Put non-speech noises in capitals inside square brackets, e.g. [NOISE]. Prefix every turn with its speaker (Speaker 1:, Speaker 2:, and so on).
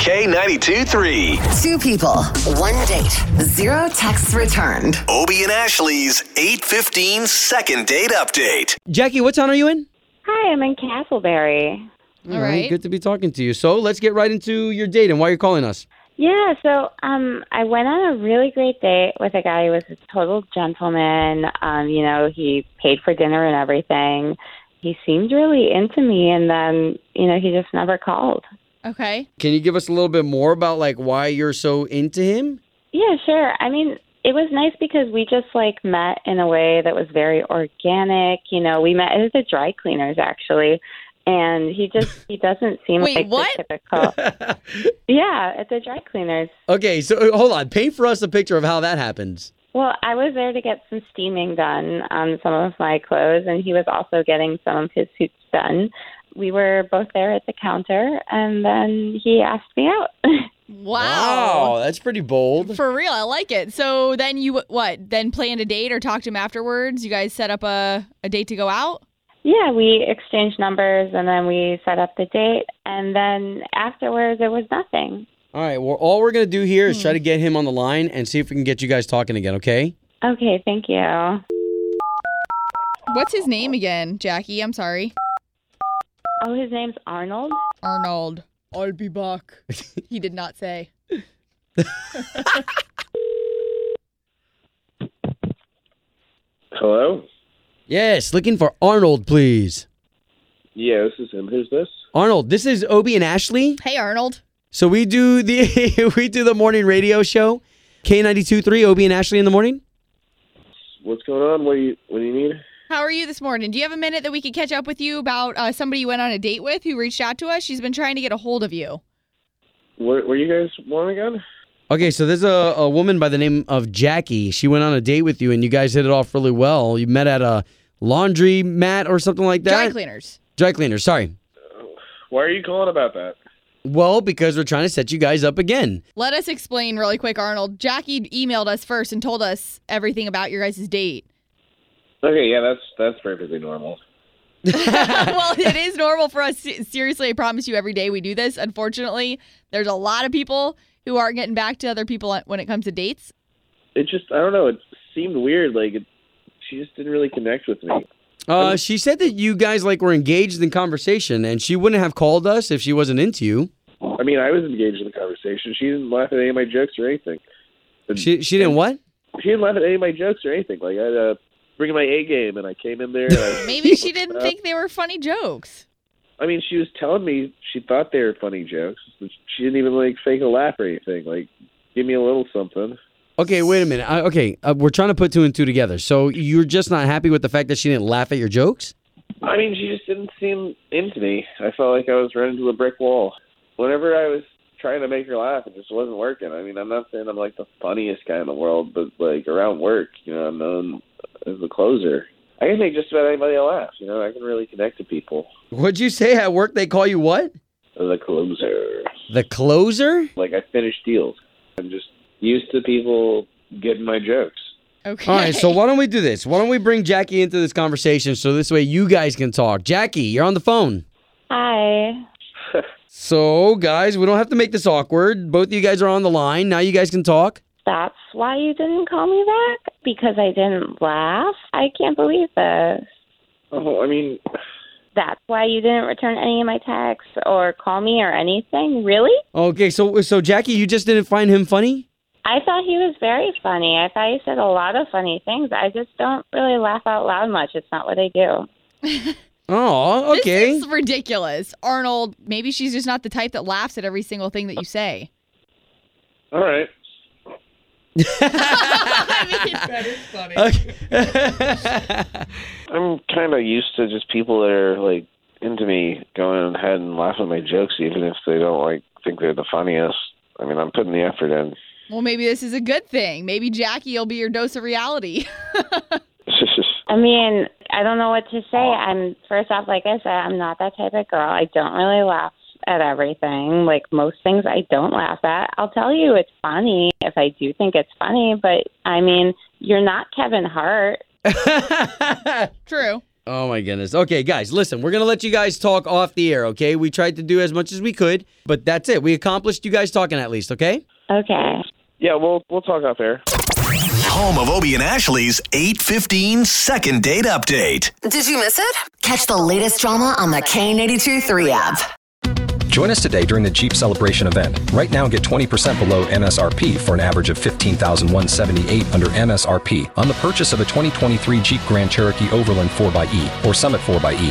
Speaker 1: K92 3.
Speaker 2: Two people, one date, zero texts returned.
Speaker 1: Obie and Ashley's 815 second date update.
Speaker 3: Jackie, what town are you in?
Speaker 4: Hi, I'm in Castleberry.
Speaker 3: All
Speaker 5: right.
Speaker 3: Good to be talking to you. So let's get right into your date and why you're calling us.
Speaker 4: Yeah, so um I went on a really great date with a guy who was a total gentleman. Um, you know, he paid for dinner and everything. He seemed really into me and then, you know, he just never called.
Speaker 5: Okay.
Speaker 3: Can you give us a little bit more about like why you're so into him?
Speaker 4: Yeah, sure. I mean, it was nice because we just like met in a way that was very organic. You know, we met at the dry cleaners actually. And he just he doesn't seem
Speaker 5: Wait,
Speaker 4: like
Speaker 5: what?
Speaker 4: the
Speaker 5: [LAUGHS]
Speaker 4: typical Yeah, at the dry cleaners.
Speaker 3: Okay, so uh, hold on. Paint for us a picture of how that happens.
Speaker 4: Well, I was there to get some steaming done on some of my clothes, and he was also getting some of his suits done. We were both there at the counter, and then he asked me out. [LAUGHS]
Speaker 5: Wow.
Speaker 3: that's pretty bold.
Speaker 5: For real, I like it. So then you what? Then planned a date or talked to him afterwards? You guys set up a, a date to go out?
Speaker 4: yeah, we exchanged numbers, and then we set up the date, and then afterwards, it was nothing.
Speaker 3: All right, well, all we're gonna do here is try to get him on the line and see if we can get you guys talking again. Okay?
Speaker 4: Okay, thank you. Oh,
Speaker 5: What's his name again, Jackie? I'm sorry.
Speaker 4: Oh, his name's Arnold?
Speaker 5: Arnold. I'll be back. he did not say.
Speaker 6: Hello?
Speaker 3: [LAUGHS] Yes. Looking for Arnold, please.
Speaker 6: Yeah, this is him. Who's this?
Speaker 3: Arnold, this is Obie and Ashley.
Speaker 5: Hey Arnold.
Speaker 3: So we do the [LAUGHS] we do the morning radio show, K 923 Obie and Ashley in the morning.
Speaker 6: What's going on? What do you What do you need?
Speaker 5: How are you this morning? Do you have a minute that we could catch up with you about uh, somebody you went on a date with who reached out to us? She's been trying to get a hold of you.
Speaker 6: Where Where you guys want again?
Speaker 3: Okay, so there's a, a woman by the name of Jackie. She went on a date with you, and you guys hit it off really well. You met at a laundry mat or something like that.
Speaker 5: Dry cleaners.
Speaker 3: Dry cleaner, sorry.
Speaker 6: Why are you calling about that?
Speaker 3: Well, because we're trying to set you guys up again.
Speaker 5: Let us explain really quick, Arnold. Jackie emailed us first and told us everything about your guys' date.
Speaker 6: Okay, yeah, that's that's perfectly normal.
Speaker 5: [LAUGHS] well, it is normal for us. Se- Seriously, I promise you, every day we do this. Unfortunately, there's a lot of people who aren't getting back to other people when it comes to dates.
Speaker 6: It just I don't know. It seemed weird. Like it, she just didn't really connect with me.
Speaker 3: Uh, she said that you guys like were engaged in conversation, and she wouldn't have called us if she wasn't into you.
Speaker 6: I mean, I was engaged in the conversation. She didn't laugh at any of my jokes or anything.
Speaker 3: She she didn't what?
Speaker 6: She didn't laugh at any of my jokes or anything. Like I had uh, bringing my A game, and I came in there. And I,
Speaker 5: Maybe
Speaker 3: [LAUGHS]
Speaker 5: she didn't think they were funny jokes.
Speaker 6: I mean, she was telling me she thought they were funny jokes. but She didn't even like fake a laugh or anything. Like, give me a little something.
Speaker 3: Okay, wait a minute. I, okay, uh, we're trying to put two and two together. So you're just not happy with the fact that she didn't laugh at your jokes?
Speaker 6: I mean, she just didn't seem into me. I felt like I was running to a brick wall. Whenever I was trying to make her laugh, it just wasn't working. I mean, I'm not saying I'm like the funniest guy in the world, but like around work, you know, I'm known as the closer. I can make just about anybody a laugh. You know, I can really connect to people.
Speaker 3: What'd you say at work? They call you what?
Speaker 6: The closer.
Speaker 3: The closer?
Speaker 6: Like I finish deals. I'm just used to people getting my jokes.
Speaker 5: Okay.
Speaker 3: All right, so why don't we do this? Why don't we bring Jackie into this conversation so this way you guys can talk? Jackie, you're on the phone.
Speaker 4: Hi.
Speaker 3: So, guys, we don't have to make this awkward. Both of you guys are on the line. Now you guys can talk.
Speaker 4: That's why you didn't call me back? Because I didn't laugh? I can't believe this.
Speaker 6: Oh, I mean,
Speaker 4: That's why you didn't return any of my texts or call me or anything? Really?
Speaker 3: Okay, so so Jackie, you just didn't find him funny?
Speaker 4: I thought he was very funny. I thought he said a lot of funny things. I just don't really laugh out loud much. It's not what I do.
Speaker 3: Oh,
Speaker 5: [LAUGHS] This
Speaker 3: okay.
Speaker 5: is ridiculous. Arnold, maybe she's just not the type that laughs at every single thing that you say.
Speaker 6: all right.
Speaker 5: I mean,
Speaker 6: I'm kind of used to just people that are like into me going ahead and laughing at my jokes, even if they don't like think they're the funniest. I mean, I'm putting the effort in. [LAUGHS]
Speaker 5: Well, maybe this is a good thing. Maybe Jackie will be your dose of reality. [LAUGHS]
Speaker 4: I mean, I don't know what to say. I'm first off, like I said, I'm not that type of girl. I don't really laugh at everything. Like most things, I don't laugh at. I'll tell you, it's funny if I do think it's funny, but I mean, you're not Kevin Hart.
Speaker 5: True.
Speaker 3: Oh my goodness. Okay, guys, listen, we're going to let you guys talk off the air, okay? We tried to do as much as we could, but that's it. We accomplished you guys talking at least, okay?
Speaker 4: Okay.
Speaker 6: yeah, we'll we'll talk off air.
Speaker 1: Home of Obie and Ashley's 815 second date update.
Speaker 2: Did you miss it? Catch the latest drama on the K82 3 app.
Speaker 7: Join us today during the Jeep Celebration event. Right now, get 20% below MSRP for an average of 15178 under MSRP on the purchase of a 2023 Jeep Grand Cherokee Overland 4xE or Summit 4xE.